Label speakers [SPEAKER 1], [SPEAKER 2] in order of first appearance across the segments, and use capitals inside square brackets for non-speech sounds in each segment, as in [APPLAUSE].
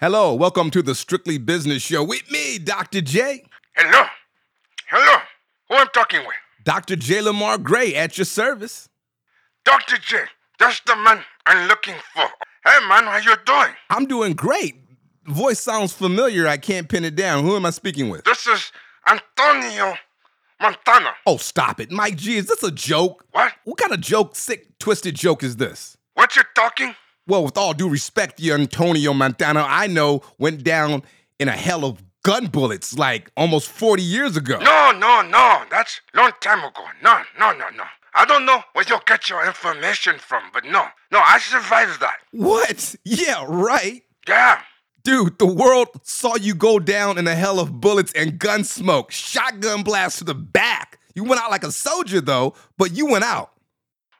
[SPEAKER 1] Hello, welcome to the Strictly Business Show with me, Dr. J.
[SPEAKER 2] Hello. Hello. Who I'm talking with?
[SPEAKER 1] Dr. J. Lamar Gray at your service.
[SPEAKER 2] Dr. J. That's the man I'm looking for. Hey, man, how you doing?
[SPEAKER 1] I'm doing great. Voice sounds familiar. I can't pin it down. Who am I speaking with?
[SPEAKER 2] This is Antonio Montana.
[SPEAKER 1] Oh, stop it. Mike G, is this a joke?
[SPEAKER 2] What?
[SPEAKER 1] What kind of joke, sick, twisted joke is this?
[SPEAKER 2] What you talking?
[SPEAKER 1] Well, with all due respect, the Antonio Montana I know went down in a hell of gun bullets like almost 40 years ago.
[SPEAKER 2] No, no, no. That's long time ago. No, no, no, no. I don't know where you get your information from, but no. No, I survived that.
[SPEAKER 1] What? Yeah, right.
[SPEAKER 2] Yeah.
[SPEAKER 1] Dude, the world saw you go down in a hell of bullets and gun smoke, shotgun blasts to the back. You went out like a soldier, though, but you went out.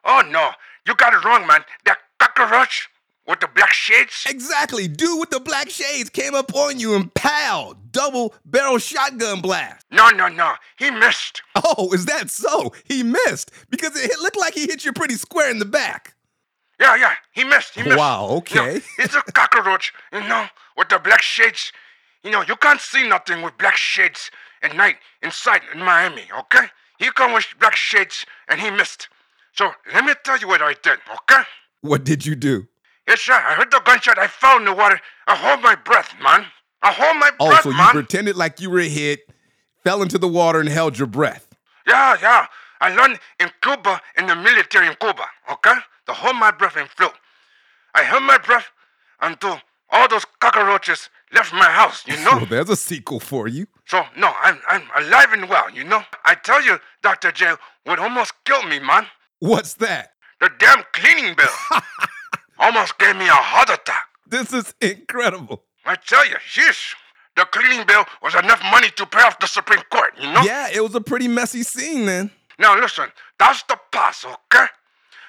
[SPEAKER 2] Oh, no. You got it wrong, man. That cockroach with the black shades?
[SPEAKER 1] Exactly. Dude with the black shades came up on you and pow, double barrel shotgun blast.
[SPEAKER 2] No, no, no. He missed.
[SPEAKER 1] Oh, is that so? He missed because it hit- looked like he hit you pretty square in the back.
[SPEAKER 2] Yeah, yeah. He missed. He missed.
[SPEAKER 1] Wow,
[SPEAKER 2] You know,
[SPEAKER 1] okay.
[SPEAKER 2] [LAUGHS] it's a cockroach, you know, with the black shades. You know, you can't see nothing with black shades at night inside in Miami, okay? He come with black shades and he missed. So let me tell you what I did, okay?
[SPEAKER 1] What did you do?
[SPEAKER 2] Yes, sir. I heard the gunshot. I fell in the water. I hold my breath, man. I hold my
[SPEAKER 1] Oh,
[SPEAKER 2] breath,
[SPEAKER 1] so you
[SPEAKER 2] man.
[SPEAKER 1] pretended like you were hit, fell into the water, and held your breath.
[SPEAKER 2] yeah, yeah. I learned in Cuba, in the military in Cuba, okay? To hold my breath and flow. I held my breath until all those cockroaches left my house,
[SPEAKER 1] [LAUGHS]
[SPEAKER 2] you know?
[SPEAKER 1] Well, there's a sequel for you.
[SPEAKER 2] So no, I'm I'm alive and well, you know. I tell you, Doctor J would almost kill me, man.
[SPEAKER 1] What's that?
[SPEAKER 2] The damn cleaning bill almost gave me a heart attack.
[SPEAKER 1] This is incredible.
[SPEAKER 2] I tell you, sheesh. The cleaning bill was enough money to pay off the Supreme Court, you know.
[SPEAKER 1] Yeah, it was a pretty messy scene then.
[SPEAKER 2] Now listen, that's the past, okay?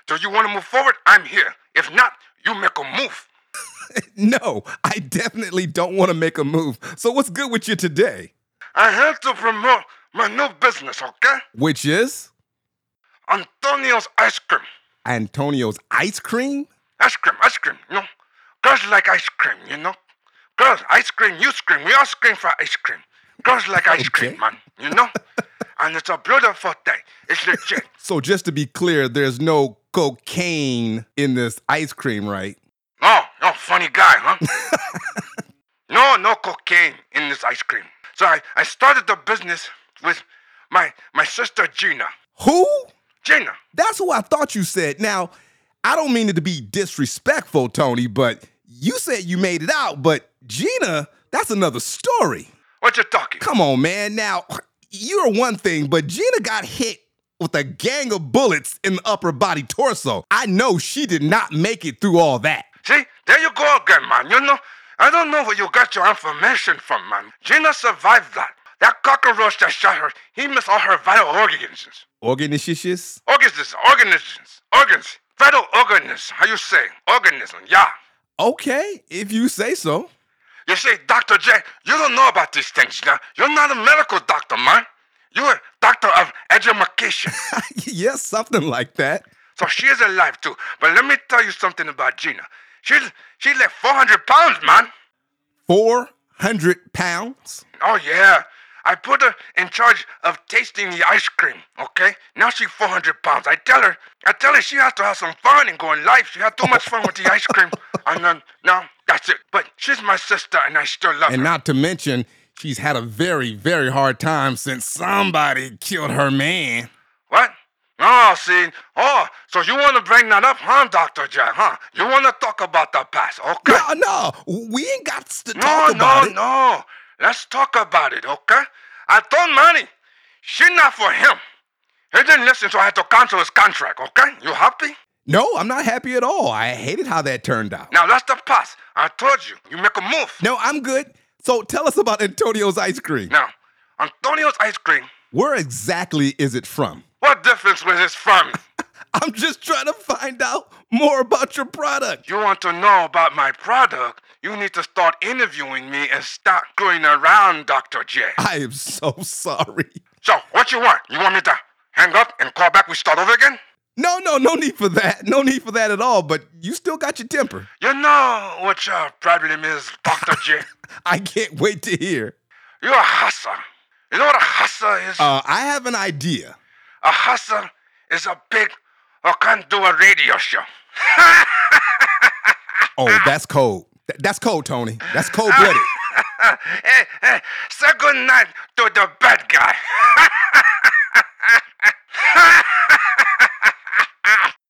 [SPEAKER 2] Do you want to move forward? I'm here. If not, you make a move.
[SPEAKER 1] No, I definitely don't want to make a move. So, what's good with you today?
[SPEAKER 2] I have to promote my new business, okay?
[SPEAKER 1] Which is
[SPEAKER 2] Antonio's ice cream.
[SPEAKER 1] Antonio's ice cream?
[SPEAKER 2] Ice cream, ice cream, you know. Girls like ice cream, you know. Girls, ice cream, you scream, we all scream for ice cream. Girls like ice cream, man, you know. and it's a beautiful thing. It's legit.
[SPEAKER 1] So, just to be clear, there's no cocaine in this ice cream, right?
[SPEAKER 2] No, no, funny guy, huh? no, no cocaine in this ice cream. So I, I started the business with my my sister Gina.
[SPEAKER 1] Who?
[SPEAKER 2] Gina,
[SPEAKER 1] That's who I thought you said. Now, I don't mean it to be disrespectful, Tony, but you said you made it out, but Gina, that's another story.
[SPEAKER 2] what you talking?
[SPEAKER 1] Come on, man. Now, you're one thing, but Gina got hit with a gang of bullets in the upper body torso. I know she did not make it through all that.
[SPEAKER 2] See, there you go again, man. You know, I don't know where you got your information from, man. Gina survived that. That cockroach that shot her, he missed all her vital organisms.
[SPEAKER 1] Organishishis?
[SPEAKER 2] Organisms, organisms, organs. Vital organisms, how you say? Organism, yeah.
[SPEAKER 1] Okay, if you say so. [LAUGHS]
[SPEAKER 2] You see, Dr. J, you don't know about these things, now. You're not a medical doctor, man. You're a doctor of education.
[SPEAKER 1] yes, something like that.
[SPEAKER 2] so she is alive, too. But let me tell you something about Gina. She's, she's like 400 pounds, man.
[SPEAKER 1] 400 pounds?
[SPEAKER 2] Oh yeah. I put her in charge of tasting the ice cream, okay? Now she's 400 pounds. I tell her, I tell her she has to have some fun and go in life. She had too much fun with the ice cream. And then, now, that's it. But she's my sister and I still love
[SPEAKER 1] And
[SPEAKER 2] her.
[SPEAKER 1] not to mention, she's had a very, very hard time since somebody killed her man. [LAUGHS]
[SPEAKER 2] What? Oh, see? Oh, so you want to bring that up, huh, Dr. J, huh? You want to talk about the past, okay?
[SPEAKER 1] No, no, we ain't got to
[SPEAKER 2] No,
[SPEAKER 1] talk
[SPEAKER 2] no,
[SPEAKER 1] about it.
[SPEAKER 2] no. Let's talk about it, okay? I told Manny, she not for him. He didn't listen, so I had to cancel his contract, okay? You happy?
[SPEAKER 1] No, I'm not happy at all. I hated how that turned out.
[SPEAKER 2] Now that's the past. I told you, you make a move.
[SPEAKER 1] No, I'm good. So tell us about Antonio's ice cream.
[SPEAKER 2] Now, Antonio's ice cream,
[SPEAKER 1] Where exactly is it from?
[SPEAKER 2] what difference was his from?
[SPEAKER 1] I'm just trying to find out more about your product.
[SPEAKER 2] you want to know about my product? You need to start interviewing me and stop going around, Dr. J.
[SPEAKER 1] I am so sorry.
[SPEAKER 2] So, what you want? You want me to hang up and call back? We start over again?
[SPEAKER 1] No, no, no need for that. No need for that at all. But you still got your temper.
[SPEAKER 2] You know what your problem is, Dr. J.
[SPEAKER 1] I can't wait to hear.
[SPEAKER 2] You're a hussa. You know what a hussa is?
[SPEAKER 1] Uh, I have an idea.
[SPEAKER 2] a hussa is a pig who can't do a radio show. [LAUGHS]
[SPEAKER 1] Oh, that's cold. Th- that's cold, Tony. That's cold blooded.
[SPEAKER 2] hey, hey, [LAUGHS] say good night to the bad guy.